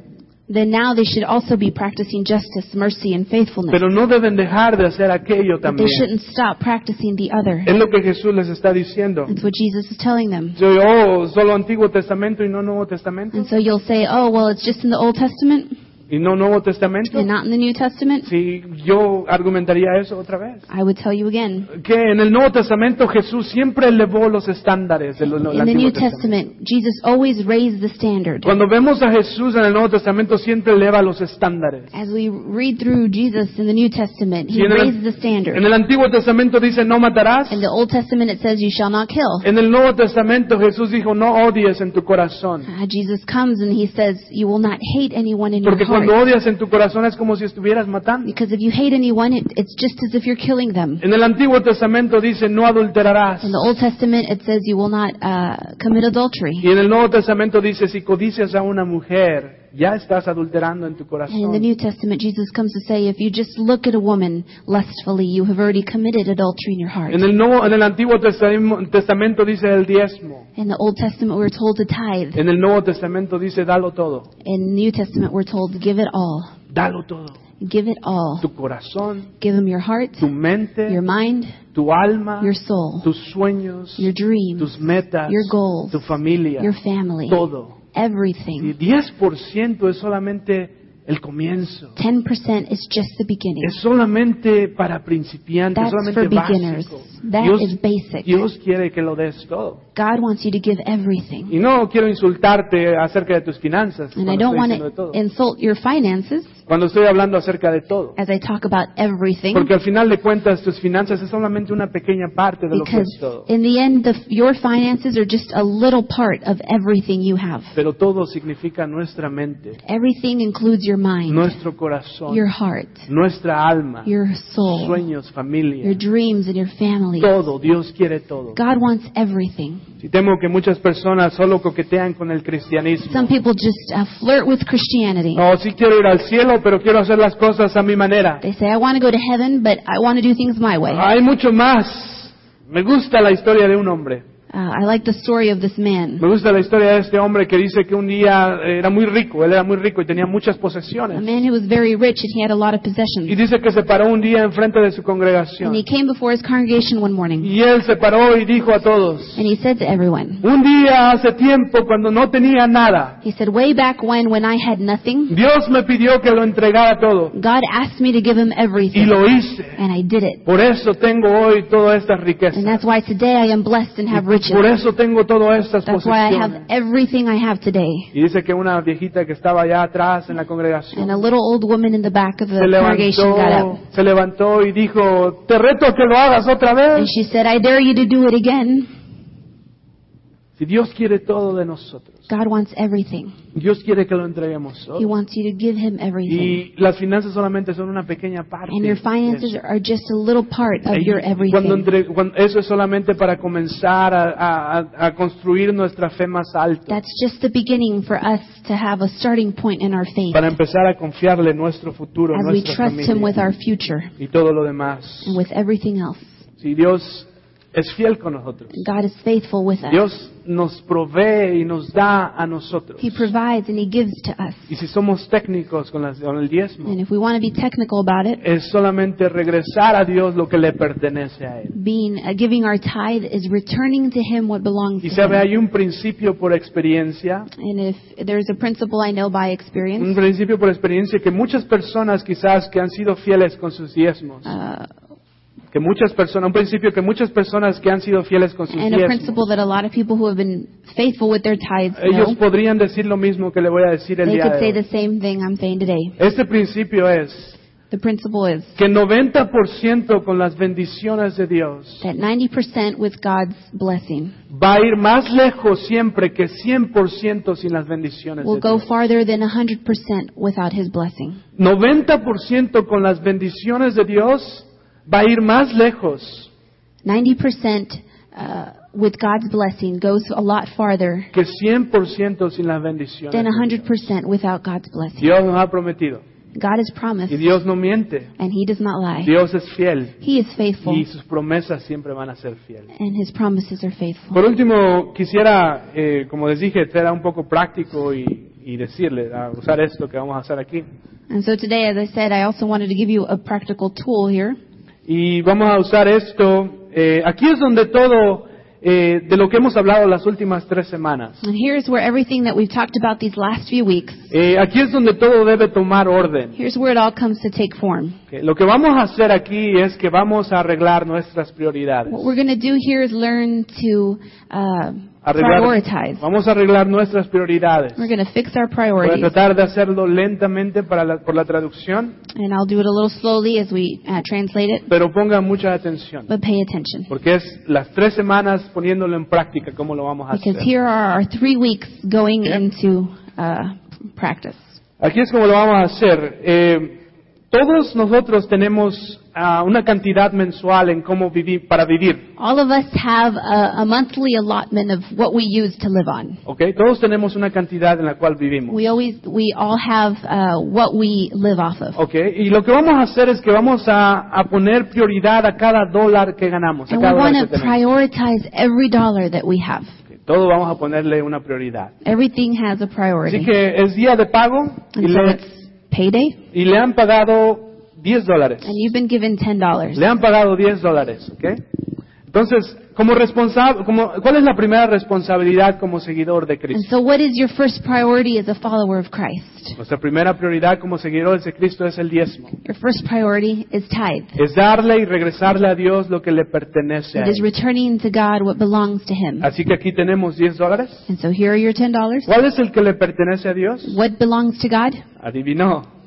B: then now they should also be practicing justice, mercy, and faithfulness.
A: Pero no deben dejar de hacer aquello
B: But they
A: también.
B: shouldn't stop practicing the other.
A: Es lo que Jesús les está diciendo.
B: That's what Jesus is telling them.
A: Yo, oh, solo Antiguo Testamento y no Nuevo Testamento.
B: And so you'll say, oh, well, it's just in the Old Testament
A: Y no Nuevo Testamento.
B: and not in the New Testament.
A: Si yo argumentaría eso otra vez.
B: I would tell you again.
A: Que en el Nuevo Testamento Jesús siempre elevó los estándares del, del
B: In the
A: Antiguo
B: New
A: Testamento.
B: Testament, Jesus always raised the standard.
A: Cuando vemos a Jesús en el Nuevo Testamento siempre eleva los estándares.
B: As we read through Jesus in the New Testament,
A: Y
B: he
A: en, el,
B: raised the standard.
A: en el Antiguo Testamento dice no matarás.
B: In the Old Testament, it says, You shall not kill.
A: En el Nuevo Testamento Jesús dijo no odies en tu corazón.
B: Ah, Jesus comes and he says, You will not hate anyone in your
A: Porque
B: heart.
A: cuando odias en tu corazón es como si estuvieras matando.
B: Because if you hate anyone, it, it's just as if you're killing them.
A: En el Antiguo Testamento dice no adulterarás.
B: In the Old Testament, it says, You will not uh, commit adultery.
A: Y en el Nuevo Testamento dice si codicias a una mujer ya estás adulterando en tu
B: And in the
A: corazón.
B: New Testament, Jesus comes to say, If you just look at a woman lustfully, you have already committed adultery in your heart.
A: En el, nuevo, en el Antiguo Testam- Testamento dice el diezmo.
B: In the Old Testament, we're told to tithe.
A: En el Nuevo Testamento dice dalo todo.
B: In the New Testament, we're told, Give it all.
A: Dalo todo.
B: Give it all.
A: Tu corazón,
B: Give him your heart,
A: tu mente,
B: your mind,
A: tu alma,
B: your soul,
A: tus sueños,
B: your dreams,
A: tus metas,
B: your goals,
A: tu familia,
B: your family,
A: todo. Y
B: everything.
A: 10% es solamente el comienzo.
B: 10% is just the beginning.
A: Es solamente para principiantes,
B: That's for
A: solamente
B: beginners.
A: básico.
B: That
A: Dios,
B: is basic.
A: Dios quiere que lo des todo.
B: God wants you to give everything.
A: Y no quiero insultarte acerca de tus finanzas.
B: And
A: cuando
B: I don't
A: estoy
B: want
A: diciendo de todo.
B: to insult your finances
A: Cuando estoy hablando acerca de todo.
B: as I talk about everything.
A: Porque al final de cuentas tus finanzas es solamente una pequeña parte de lo que
B: Because
A: es todo.
B: in the end, the, your finances are just a little part of everything you have.
A: Pero todo significa nuestra mente,
B: Everything includes your mind,
A: nuestro corazón,
B: your heart,
A: nuestra alma,
B: your soul,
A: sueños,
B: your
A: familia,
B: dreams, and your family.
A: todo. Dios quiere todo.
B: God wants everything.
A: Si temo que muchas personas solo coquetean con el cristianismo.
B: Some people just uh, flirt with Christianity.
A: No, sí quiero ir al cielo, pero quiero hacer las cosas a mi manera.
B: They say, I want to go to heaven, but I want to do things my way.
A: Hay mucho más. Me gusta la historia de un hombre.
B: Uh, I like the story of this man.
A: Me gusta la historia de este hombre que dice que un día era muy rico, él era muy rico y tenía muchas
B: A
A: posesiones.
B: man who was very rich and he had a lot of
A: Y
B: possessions.
A: dice que se paró un día enfrente de su congregación.
B: And he came before his congregation one morning
A: Y él se paró y dijo a todos,
B: and he said to everyone,
A: un día hace tiempo cuando no tenía nada,
B: He said, Way back when, when I had nothing,
A: Dios me pidió que lo entregara todo
B: God asked me to give him
A: y
B: everything.
A: lo hice.
B: And I did it.
A: Por eso tengo hoy todas estas
B: And
A: riquezas.
B: that's why today I am blessed and have riches.
A: Por eso tengo todas estas
B: That's why I have
A: posesiones.
B: everything I have today.
A: Y dice que una viejita que estaba allá atrás en la
B: And a
A: congregación
B: little old woman in the back of the
A: se
B: congregation got up.
A: levantó, se levantó y dijo, te reto a que lo hagas otra
B: And
A: vez.
B: she said, I dare you to do it again.
A: Si Dios quiere todo de nosotros,
B: God wants everything.
A: Dios quiere que lo entreguemos
B: He
A: todo.
B: wants you to give him everything.
A: Y las finanzas solamente son una pequeña parte.
B: And your
A: de
B: finances
A: eso.
B: are just a little part of
A: Y
B: your
A: Cuando
B: everything.
A: entre- cuando- eso es solamente para comenzar a, a- a- a construir nuestra fe más alta,
B: That's just the beginning for us to have a starting point in our faith
A: para empezar a confiarle nuestro futuro,
B: as we
A: nuestra
B: trust him with
A: familia
B: our future
A: y todo lo demás.
B: and with everything else.
A: Si Dios es fiel con nosotros,
B: God is faithful with us.
A: Dios nos provee y nos da a nosotros.
B: He provides and he gives to us.
A: Y si somos técnicos con, las- con el diezmo,
B: And if we want to be technical about it,
A: es solamente regresar a Dios lo que le pertenece a Él.
B: being uh, giving our tithe is returning to him what belongs to
A: Y sabe,
B: him.
A: hay un principio por experiencia,
B: And if there's a principle I know by experience,
A: un principio por experiencia que muchas personas quizás que han sido fieles con sus diezmos,
B: uh,
A: que muchas personas, un principio que muchas personas que han sido fieles con sus
B: and a principle
A: diezmos,
B: that a lot of people who have been faithful with their tithes
A: ellos
B: know,
A: podrían decir lo mismo que le voy a decir el
B: they
A: día
B: could
A: de
B: say
A: hoy.
B: the same thing I'm saying today.
A: Este principio es
B: The principle is
A: que 90% con las bendiciones de Dios
B: that 90% with God's blessing
A: va a ir más lejos siempre que 100% sin las bendiciones de
B: will go
A: Dios.
B: farther than 100% without his blessing.
A: 90% con las bendiciones de Dios va a ir más lejos
B: 90% uh, with God's blessing goes a lot farther
A: que 100% sin las
B: than
A: bendiciones. de Dios.
B: 100% without God's blessing.
A: Dios nos ha prometido
B: God has promised,
A: y Dios no miente.
B: and he does not lie.
A: Dios es fiel
B: He is faithful,
A: y sus promesas siempre van a ser fieles.
B: and his promises are faithful.
A: Por último, quisiera, eh, como les dije, ser un poco práctico y y decirle, a usar esto que vamos a hacer aquí.
B: And so today, as I said, I also wanted to give you a practical tool here.
A: Y vamos a usar esto. eh, aquí es donde todo eh, de lo que hemos hablado las últimas tres semanas.
B: And here's where everything that we've talked about these last few weeks,
A: Eh, aquí es donde todo debe tomar orden.
B: here's where it all comes to take form.
A: Ok, Lo que vamos a hacer aquí es que vamos a arreglar nuestras prioridades.
B: What we're going to do here is learn to uh,
A: Arreglar-
B: prioritize.
A: vamos a arreglar nuestras prioridades.
B: We're going to fix our
A: Voy a
B: priorities.
A: tratar de hacerlo lentamente para la- por la traducción,
B: And I'll do it a little slowly as we uh, translate it,
A: pero pongan mucha atención,
B: but pay attention.
A: porque es las tres semanas poniéndolo en práctica cómo lo vamos a hacer.
B: Because here are our three weeks going
A: Okay.
B: into uh, practice.
A: Aquí es como lo vamos a hacer. Eh, todos nosotros tenemos ah, una cantidad mensual en cómo vivir para vivir,
B: All of us have a, a monthly allotment of what we use to live on.
A: ¿ok? Todos tenemos una cantidad en la cual vivimos,
B: We always, we all have uh, what we live off of.
A: ¿ok? Y lo que vamos a hacer es que vamos a, a poner prioridad a cada dólar que ganamos, a
B: And we
A: cada
B: want
A: dólar que
B: to
A: tenemos.
B: prioritize every dollar that we have.
A: Ok, Todo vamos a ponerle una prioridad.
B: Everything has a
A: Así
B: priority.
A: que es día de pago y
B: And so
A: le,
B: it's payday,
A: y le han pagado 10 dólares.
B: and you've been given ten dollars.
A: Le han pagado 10 dólares, ¿ok? Entonces, como responsable, como, ¿cuál es la primera responsabilidad como seguidor de
B: And
A: Cristo?
B: so, what is your first priority as a follower of Christ?
A: Nuestra primera prioridad como seguidores de Cristo es el diezmo.
B: Your first priority is tithe.
A: Es darle y regresarle a Dios lo que le pertenece a
B: It is
A: Él.
B: returning to God what belongs to Him.
A: Así que aquí tenemos 10 dólares.
B: And so here are your ten dollars.
A: ¿Cuál es el que le pertenece a Dios?
B: What belongs to God?
A: Adivinó.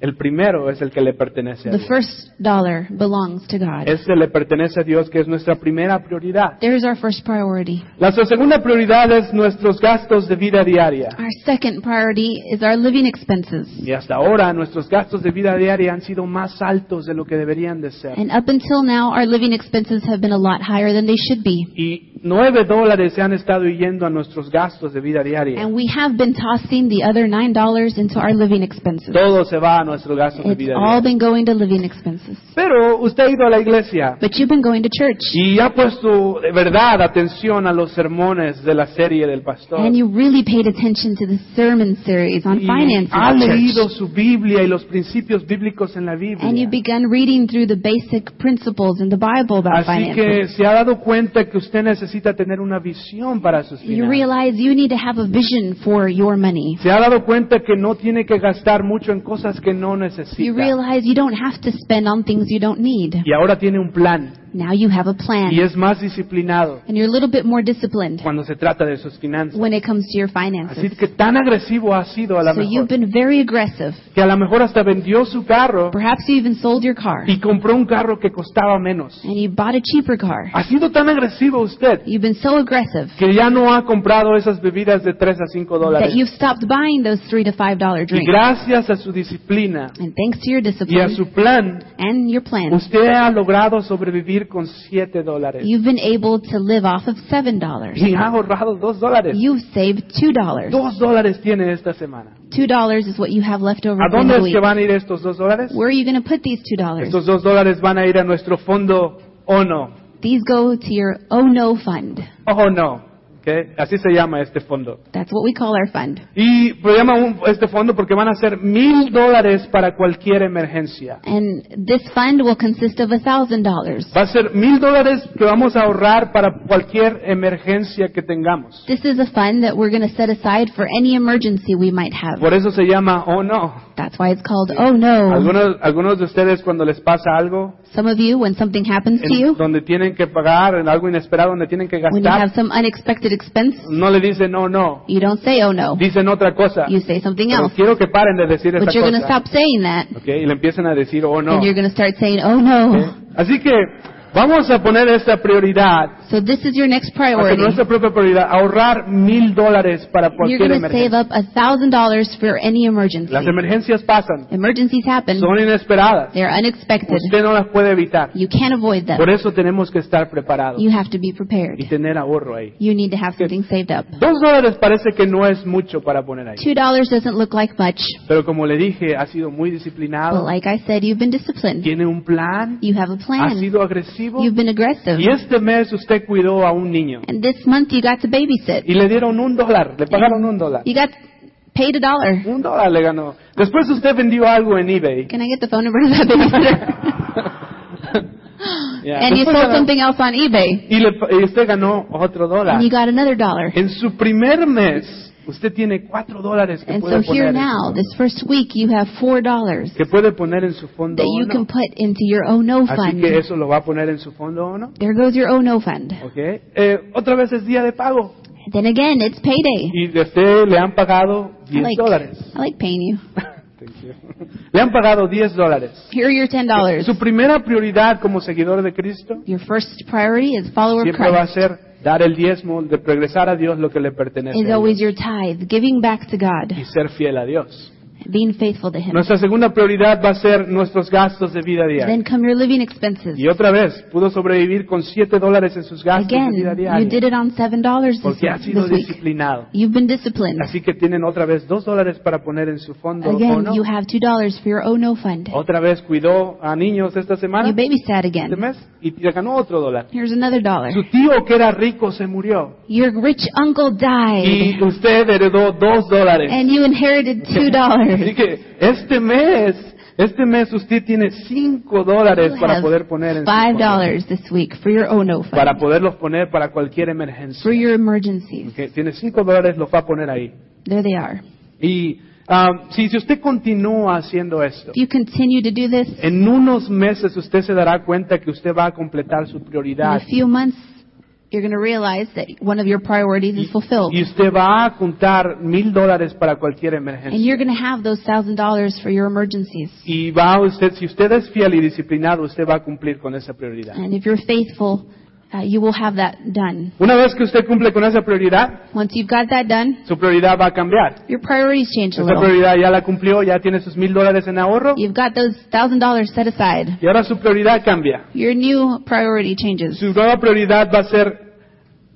A: El primero es el que le pertenece a
B: The
A: Dios.
B: first dollar belongs to God.
A: Ese le pertenece a Dios, que es nuestra primera prioridad.
B: There is our first priority.
A: Nuestra segunda prioridad es nuestros gastos de vida diaria.
B: Our second priority is our living expenses.
A: Y hasta ahora nuestros gastos de vida diaria han sido más altos de lo que deberían de ser.
B: And up until now, our living expenses have been a lot higher than they should be.
A: Y nueve dólares se han estado yendo a nuestros gastos de vida diaria.
B: And we have been tossing the other nine dollars into our living expenses.
A: Todo se va a nuestros gastos de
B: It's
A: vida
B: all
A: diaria.
B: been going to living expenses.
A: Pero usted ha ido a la iglesia
B: But you've been going to church.
A: y ha puesto de verdad atención a los sermones de la serie del pastor.
B: And you really paid attention to the sermon series on
A: Y
B: finances.
A: ha
B: at church.
A: leído su Biblia y los principios bíblicos en la
B: And
A: Biblia.
B: you've begun reading through the basic principles in the Bible about
A: Así que
B: finances.
A: se ha dado cuenta que usted necesita tener una visión para sus
B: You
A: finanzas.
B: realize you need to have a vision for your money.
A: Se ha dado cuenta que no tiene que gastar mucho en cosas que no
B: You
A: necesita.
B: realize you don't have to spend on things you don't need.
A: Y ahora tiene un plan
B: Now you have a
A: y
B: plan.
A: es más disciplinado
B: And you're a little bit more disciplined
A: cuando se trata de sus finanzas.
B: when it comes to your
A: Así
B: finances.
A: que tan agresivo ha sido a la
B: So you've
A: mejor
B: been very aggressive.
A: que a lo mejor hasta vendió su carro
B: Perhaps you even sold your car
A: y compró un carro que costaba menos.
B: and you bought a cheaper car.
A: Ha sido tan agresivo usted
B: You've been so aggressive
A: que ya no ha comprado esas bebidas de 3 a 5
B: that
A: dólares.
B: you've stopped buying those three to five dollar
A: Y
B: drinks.
A: gracias a su disciplina
B: And thanks to your
A: y a
B: discipline
A: su plan,
B: and your plans,
A: usted ha logrado sobrevivir con 7 dólares
B: you've been able to live off of seven dollars.
A: y ha ahorrado 2 dólares.
B: You've saved two dollars.
A: Dos dólares tiene esta semana.
B: Two dollars is what you have left over
A: ¿A
B: at the end
A: dónde
B: of the
A: es que
B: week.
A: van a ir estos dos dólares?
B: Where are you going to put these two dollars?
A: Estos dos dólares van a ir a nuestro fondo o no.
B: These go to your Oh No Fund.
A: O no. ¿ok? Así se llama este fondo.
B: That's what we call our fund.
A: Y se llama un- este fondo porque van a ser mil dólares para cualquier emergencia.
B: And this fund will consist of a thousand dollars.
A: Va a ser mil dólares que vamos a ahorrar para cualquier emergencia que tengamos.
B: This is a fund that we're going to set aside for any emergency we might have.
A: Por eso se llama o no.
B: That's why it's called Oh No.
A: Algunos, algunos de ustedes cuando les pasa algo,
B: Some of you, when something happens to
A: en-
B: you,
A: donde tienen que pagar, en algo inesperado, donde tienen que
B: when you
A: gastar,
B: have some unexpected expense,
A: no le dicen no, no.
B: you don't say Oh No.
A: Dicen otra cosa.
B: You say something
A: Pero
B: else.
A: quiero que paren de decir
B: But
A: esa
B: you're going to
A: cosa.
B: stop saying that.
A: ¿ok? Y le empiezan a decir, oh no.
B: And you're going to start saying, oh no.
A: ¿ok? Así que vamos a poner esta prioridad,
B: So this is your next
A: hacer
B: priority.
A: nuestra propia prioridad, ahorrar mil dólares para
B: You're
A: cualquier
B: going to save
A: emergencia.
B: up a thousand dollars for any emergency.
A: Las emergencias pasan,
B: Emergencies happen.
A: son inesperadas.
B: They're unexpected.
A: Usted no las puede evitar.
B: You can't avoid them.
A: Por eso tenemos que estar preparados
B: You have to be prepared.
A: y tener ahorro ahí.
B: You need to have something saved up.
A: Dos dólares parece que no es mucho para poner ahí.
B: Two dollars doesn't look like much,
A: Pero como le dije, ha sido muy
B: but
A: disciplinado,
B: like I said, you've been disciplined.
A: tiene un plan,
B: You have a
A: ha
B: plan.
A: sido agresivo.
B: You've been aggressive.
A: Y este mes usted cuidó a un niño.
B: And this month you got to babysit.
A: y le dieron un dólar, le pagaron un dólar.
B: You got Paid a dollar.
A: Un dólar le ganó. Después usted vendió algo en eBay.
B: Can I get the phone number of that babysitter?
A: Yeah.
B: and you
A: Después
B: sold
A: ganó-
B: something else on eBay.
A: y, le- y usted ganó otro dólar.
B: And you got another dollar.
A: En su primer mes, usted tiene cuatro dólares que
B: And
A: puede,
B: so
A: poner
B: here
A: en,
B: now, this first week, you have four dollars
A: que puede poner en su fondo
B: that you
A: ONO.
B: can put into your Oh No
A: Así
B: fund.
A: que eso lo va a poner en su fondo o no. Eh,
B: There goes your Oh No fund.
A: otra vez es día de pago.
B: Then again, it's payday.
A: Y de usted le han pagado
B: I
A: 10
B: like,
A: dólares.
B: I like paying you.
A: Thank you. Le han pagado 10 dólares.
B: Here are your ten dollars.
A: Su primera prioridad como seguidor de Cristo
B: Your first priority is follower of
A: siempre va a
B: Christ.
A: ser dar el diezmo, de regresar a Dios lo que le pertenece
B: Is
A: a
B: always
A: Dios
B: your tithe, giving back to God,
A: y ser fiel a Dios.
B: being faithful to Him.
A: Nuestra segunda prioridad va a ser nuestros gastos de vida diaria.
B: Then come your living expenses.
A: Y otra vez, pudo sobrevivir con 7 dólares en sus gastos de vida
B: Again, you
A: diaria.
B: did it on seven dollars this,
A: Porque ha sido
B: this week.
A: disciplinado.
B: You've been disciplined.
A: Así que tienen otra vez 2 dólares para poner en su fondo. ¿o
B: Again,
A: no?
B: you have two dollars for your Oh No fund.
A: Otra vez cuidó a niños esta
B: You
A: semana,
B: babysat
A: este
B: again.
A: mes, y le ganó otro dólar.
B: Here's another dollar.
A: Su tío que era rico se murió.
B: Your rich uncle died,
A: Y usted heredó 2 dólares.
B: and you inherited two dollars.
A: Así que este mes, este mes usted tiene 5 dólares
B: You
A: para
B: have
A: poder poner en su
B: Five
A: fondo.
B: dollars this week for your Oh No fund,
A: para poderlos poner para cualquier emergencia.
B: for your emergencies.
A: Que tiene 5 dólares, los va a poner ahí.
B: There they are.
A: Y ah, si, si usted continúa haciendo esto,
B: If you continue to do this,
A: en unos meses usted se dará cuenta que usted va a completar su
B: in
A: prioridad
B: a few months, you're going to realize that one of your priorities is fulfilled,
A: y usted va a juntar mil dólares para cualquier
B: and
A: emergencia.
B: you're going to have those thousand dollars for your emergencies.
A: Y va usted, si usted es fiel y disciplinado, usted va a cumplir con esa prioridad.
B: And if you're faithful, uh, you will have that done.
A: Una vez que usted cumple con esa prioridad,
B: Once you've got that done,
A: su prioridad va a cambiar.
B: your priorities change a
A: Esa
B: little.
A: prioridad ya la cumplió, ya tiene sus mil dólares en ahorro
B: You've got those thousand dollars set aside.
A: y ahora su prioridad cambia.
B: Your new priority changes.
A: Su nueva prioridad va a ser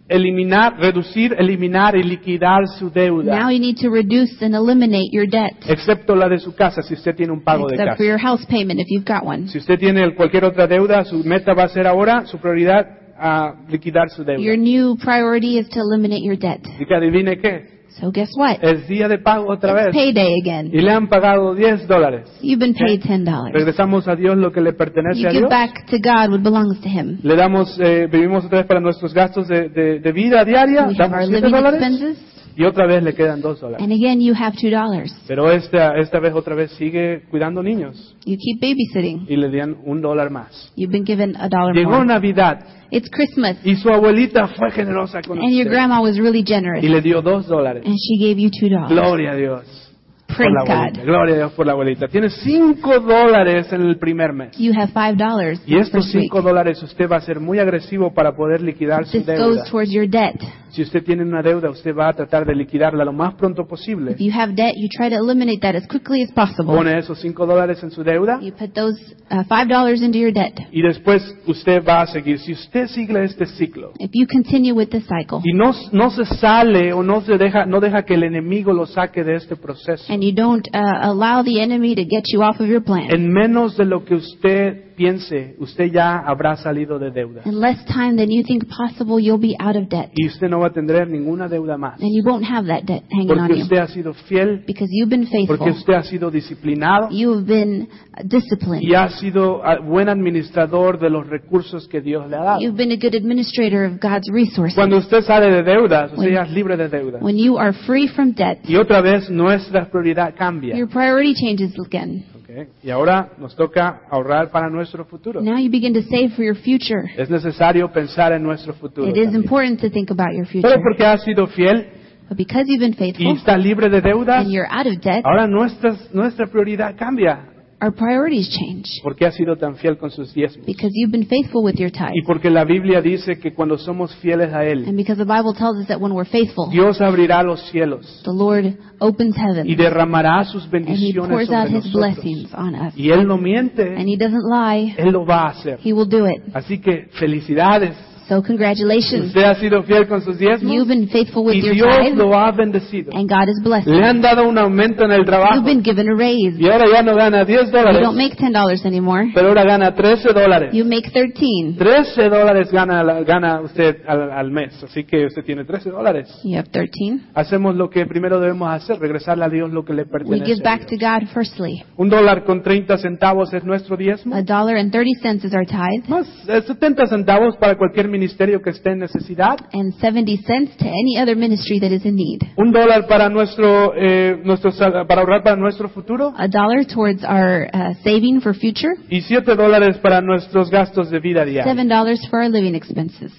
A: eliminar, reducir, eliminar y liquidar su
B: Now
A: deuda,
B: you need to reduce and eliminate your debt,
A: excepto la de su casa, si usted tiene un pago de
B: except
A: casa.
B: for your house payment if you've got one.
A: Si usted tiene cualquier otra deuda, su meta va a ser ahora, su prioridad, a liquidar su
B: Your
A: deuda.
B: new priority is to eliminate your debt.
A: Y que adivine qué,
B: So guess what?
A: es día de pago otra
B: It's
A: vez
B: payday again.
A: y le han pagado 10 dólares.
B: You've been paid ten dollars.
A: Regresamos a Dios lo que le pertenece
B: You
A: a
B: give
A: Dios.
B: back to God what belongs to Him.
A: Le damos, eh, vivimos otra vez para nuestros gastos de, de- de vida diaria,
B: We have our
A: damos 7
B: living
A: dólares
B: expenses,
A: y otra vez le quedan 2 dólares.
B: and again you have two dollars.
A: Pero esta, esta vez otra vez sigue cuidando niños
B: You keep babysitting.
A: y le dieron un dólar más.
B: You've been given a dollar
A: Llegó
B: more.
A: Navidad
B: It's Christmas,
A: y su abuelita fue generosa con
B: and your
A: usted
B: grandma was really
A: y
B: generous,
A: le dio dos dólares.
B: and she gave you two dollars.
A: Gloria a Dios. Por
B: Praise
A: la abuelita.
B: God.
A: Gloria a Dios por la abuelita. Tiene cinco dólares en el primer mes.
B: You have five dollars
A: Y
B: this
A: estos
B: first week.
A: cinco dólares usted va a ser muy agresivo para poder liquidar su
B: This
A: deuda.
B: goes towards your debt.
A: Si usted tiene una deuda, usted va a tratar de liquidarla lo más pronto posible.
B: If you have debt, you try to eliminate that as quickly as possible.
A: Pone esos cinco dólares en su deuda
B: You put those uh, five dollars into your debt.
A: y después usted va a seguir. Si usted sigue este ciclo,
B: If you continue with this cycle
A: y no, no se sale o no se deja no deja que el enemigo lo saque de este proceso
B: and you don't uh, allow the enemy to get you off of your plan,
A: en menos de lo que usted piense usted ya habrá salido de deuda
B: in less time than you think possible, you'll be out of debt
A: y usted no va a tener ninguna deuda más
B: and you won't have that debt hanging on
A: porque
B: you
A: usted ha sido fiel
B: because you've been
A: porque
B: faithful.
A: usted ha sido disciplinado
B: You have been disciplined.
A: y ha sido ah, buen administrador de los recursos que Dios le ha dado
B: You've been a good administrator of God's resources.
A: cuando usted sale de deudas usted ya es libre de deudas
B: When you are free from debt,
A: y otra vez nuestra prioridad cambia
B: your priority changes again.
A: Ok. y ahora nos toca ahorrar para nuestro futuro
B: Now you begin to save for your future.
A: Es necesario pensar en nuestro futuro.
B: It is
A: también.
B: important to think about your future.
A: Pero porque has sido fiel
B: But because you've been
A: y
B: faithful
A: estás libre de deudas,
B: Oh. and you're out of debt,
A: ahora nuestras- nuestra prioridad cambia.
B: our priorities change.
A: Porque has sido tan fiel con sus diezmos.
B: Because you've been faithful with your tithe.
A: Y porque la Biblia dice que cuando somos fieles a Él,
B: And because the Bible tells us that when we're faithful,
A: Dios abrirá los cielos
B: the Lord opens
A: y
B: heaven
A: derramará sus
B: and He
A: bendiciones
B: pours out
A: sobre
B: His
A: nosotros.
B: blessings on us.
A: Y Él no
B: And
A: miente,
B: He doesn't lie,
A: Él lo va a hacer.
B: He will do it.
A: Así que felicidades.
B: So congratulations.
A: Usted ha sido fiel con sus
B: You've
A: diezmos
B: been faithful with
A: y
B: your
A: Dios
B: tithe,
A: lo ha bendecido.
B: and God has blessed
A: Le
B: you.
A: han dado un aumento en el trabajo
B: You've been given a raise.
A: y ahora ya no gana 10
B: You
A: dólares,
B: don't make $10 anymore.
A: pero ahora gana 13 dólares.
B: You make 13.
A: 13 dólares gana, la- gana usted al, al mes, así que usted tiene 13 dólares.
B: You have 13.
A: Hacemos lo que primero debemos hacer, regresarle a Dios lo que le
B: We
A: pertenece.
B: give
A: a
B: back
A: Dios.
B: to God firstly.
A: Un dólar con 30 centavos es nuestro diezmo,
B: A dollar and 30 cents is our tithe,
A: más eh, 70 centavos para cualquier ministerio que esté en necesidad.
B: and 70 cents to any other ministry that is in need.
A: Un dólar para nuestro, eh, nuestro sal- para ahorrar para nuestro futuro
B: A dollar towards our uh, saving for future,
A: y 7 dólares para nuestros gastos de vida diaria.
B: $7 for our living expenses.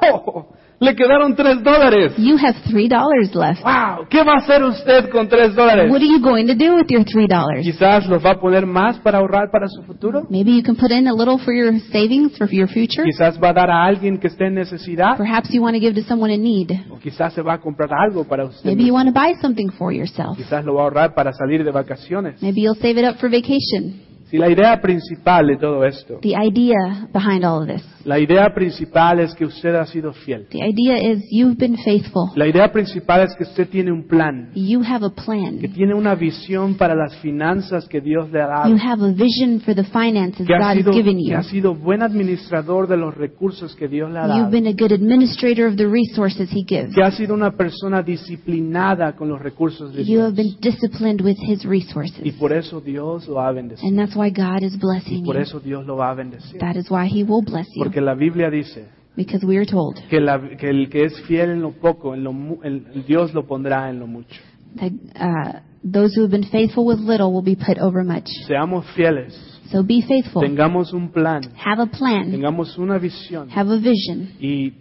A: ¡Oh! Le quedaron 3 dólares.
B: You have $3 left.
A: ¡Wow! ¿Qué va a hacer usted con 3 dólares?
B: What are you going to do with your $3?
A: Quizás los va a poner más para ahorrar para su futuro.
B: Maybe you can put in a little for your savings for your future.
A: Quizás va a dar a alguien que esté en necesidad.
B: Perhaps you want to give to someone in need.
A: O quizás se va a comprar algo para usted.
B: Maybe you want to buy something for yourself.
A: Quizás lo va a ahorrar para salir de vacaciones.
B: Maybe you'll save it up for vacation.
A: Si la idea principal de todo esto,
B: The idea behind all of this.
A: la idea principal es que usted ha sido fiel.
B: The idea is you've been faithful.
A: La idea principal es que usted tiene un plan,
B: You have a
A: que
B: plan.
A: tiene una visión para las finanzas que Dios le ha dado,
B: You have a vision for the finances
A: que ha
B: God has
A: sido,
B: given
A: que
B: you.
A: ha sido buen administrador de los recursos que Dios le ha
B: You've
A: dado,
B: been a good administrator of the resources He gives.
A: que ha sido una persona disciplinada con los recursos de
B: You have
A: Dios.
B: been disciplined with His
A: Y
B: resources.
A: por eso Dios lo ha bendecido.
B: And that's why God is blessing
A: Por
B: you.
A: eso Dios lo va a bendecir.
B: That is why He will bless you.
A: Porque la Biblia dice
B: Because we are told
A: que, la- que el que es fiel en lo poco, en lo mu- en- Dios lo pondrá en lo mucho.
B: that uh, those who have been faithful with little will be put over much.
A: Seamos fieles,
B: So be faithful.
A: tengamos un plan,
B: Have a plan.
A: tengamos una visión
B: Mm. Have a vision.
A: y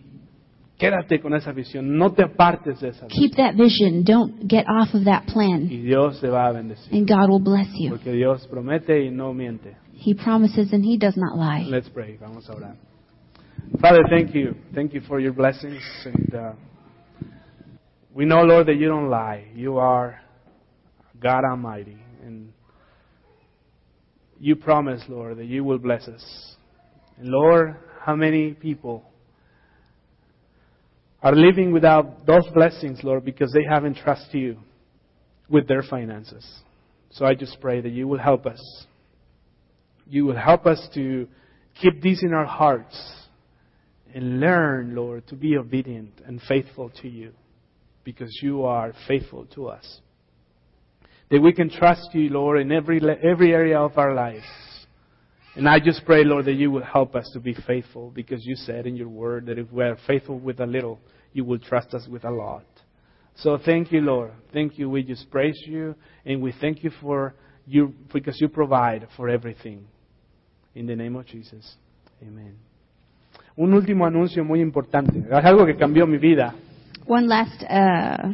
A: quédate con esa visión, no te apartes de esa visión
B: Keep that vision. Don't get off of that plan.
A: y Dios te va a bendecir.
B: And God will bless you.
A: Porque Dios promete y no miente.
B: He promises and He does not lie.
A: Let's pray. Vamos a orar. Father, thank you. Thank you for your blessings. And uh, we know, Lord, that you don't lie. You are God Almighty. And you promise, Lord, that you will bless us. And Lord, how many people are living without those blessings, Lord, because they haven't trusted you with their finances. So I just pray that you will help us you will help us to keep this in our hearts and learn, Lord, to be obedient and faithful to you because you are faithful to us. That we can trust you, Lord, in every, le- every area of our lives. And I just pray, Lord, that you will help us to be faithful because you said in your word that if we are faithful with a little, you will trust us with a lot. So thank you, Lord. Thank you. We just praise you and we thank you for you because you provide for everything. In the name of Jesus. Amen. Un último anuncio muy importante. Es algo que cambió mi vida.
B: One last uh,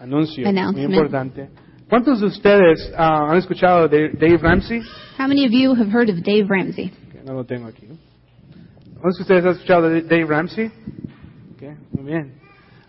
A: Anuncio muy
B: Announcement.
A: importante. ¿Cuántos de ustedes ah, han escuchado de Dave Ramsey?
B: How many of you have heard of Dave Ramsey?
A: Que no lo tengo aquí. ¿Cuántos de ustedes han escuchado de Dave Ramsey? Ok, Muy bien.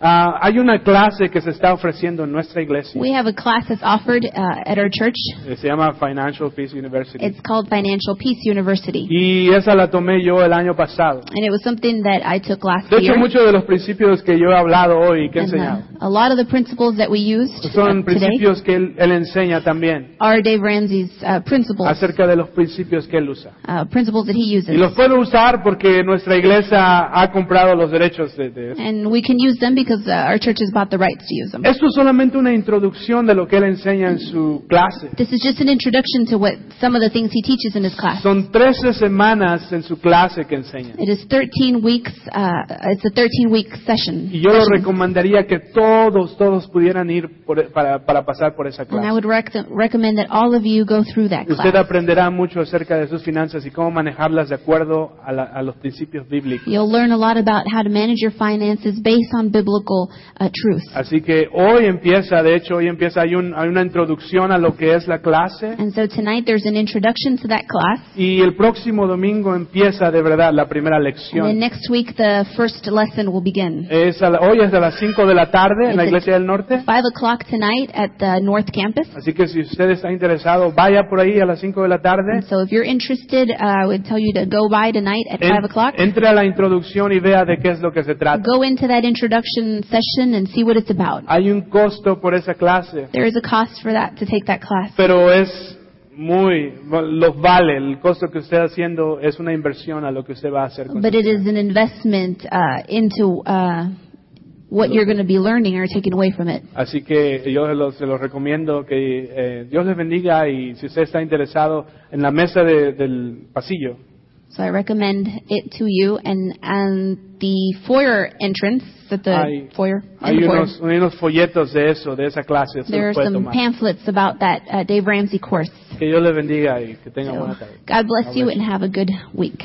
A: Ah, hay una clase que se está ofreciendo en nuestra iglesia.
B: We have a class that's offered uh, at our church.
A: Eh, Se llama Financial Peace University.
B: It's called Financial Peace University.
A: y esa la tomé yo el año pasado.
B: And it was something that I took last
A: De
B: year.
A: hecho, muchos de los principios que yo he hablado hoy y que he
B: And, uh,
A: enseñado
B: a lot of the principles that we used
A: son
B: uh, today
A: principios que él, él enseña también
B: are Dave Ramsey's uh, principles,
A: acerca de los principios que él usa.
B: uh, principles that he uses.
A: Y los puedo usar porque nuestra iglesia ha comprado los derechos de, de eso.
B: And we can use them because uh, our church has bought the rights to use them.
A: Esto es solamente una introducción de lo que él enseña en su clase.
B: This is just an introduction to what some of the things he teaches in his class.
A: Son 13 semanas en su clase que enseña.
B: It is 13 weeks, uh, it's a 13 week session.
A: Y yo le
B: session.
A: recomendaría que todos, todos pudieran ir por- e, para, para pasar por esa
B: And I
A: clase.
B: would rec- recommend that all of you go through that
A: Usted
B: class.
A: aprenderá mucho acerca de sus finanzas y cómo manejarlas de acuerdo a, la- a los principios bíblicos.
B: You'll learn a lot about how to manage your finances based on biblical uh, truth.
A: Así que hoy empieza, de hecho, hoy empieza, hay, un- hay una introducción a lo que es la clase.
B: And so tonight there's an introduction to that class.
A: Y el próximo domingo empieza de verdad la primera
B: And then
A: lección.
B: next week the first lesson will begin.
A: Es a la- hoy es de las 5 de la tarde en la
B: It's
A: Iglesia del Norte.
B: Five o'clock tonight at the North Campus.
A: Así que si usted está interesado, vaya por ahí a las 5 de la
B: And
A: tarde.
B: so if you're interested, uh, I would tell you to go by tonight at
A: En-
B: five o'clock.
A: entre a la introducción y vea de qué es lo que se trata.
B: Go into that introduction session and see what it's about.
A: Hay un costo por esa clase,
B: There is a cost for that to take that class,
A: pero es muy, los vale. El costo que usted está haciendo es una inversión a lo que usted va a hacer. con
B: but
A: su-
B: it is an investment uh, into uh, what you're going to be learning or taking away from it.
A: Así que yo se los, se los recomiendo que eh, Dios les bendiga y si usted está interesado en la mesa de- del pasillo,
B: So I recommend it to you. And and the foyer entrance at the
A: Hay-
B: foyer.
A: Hay
B: in the foyer,
A: unos, hay unos folletos de eso, de esa clase, se los
B: There are
A: puede
B: some
A: tomar.
B: pamphlets about that uh, Dave Ramsey course.
A: Que Dios les bendiga y que tengan
B: So
A: buena tarde.
B: God bless you
A: bless
B: and have a good week.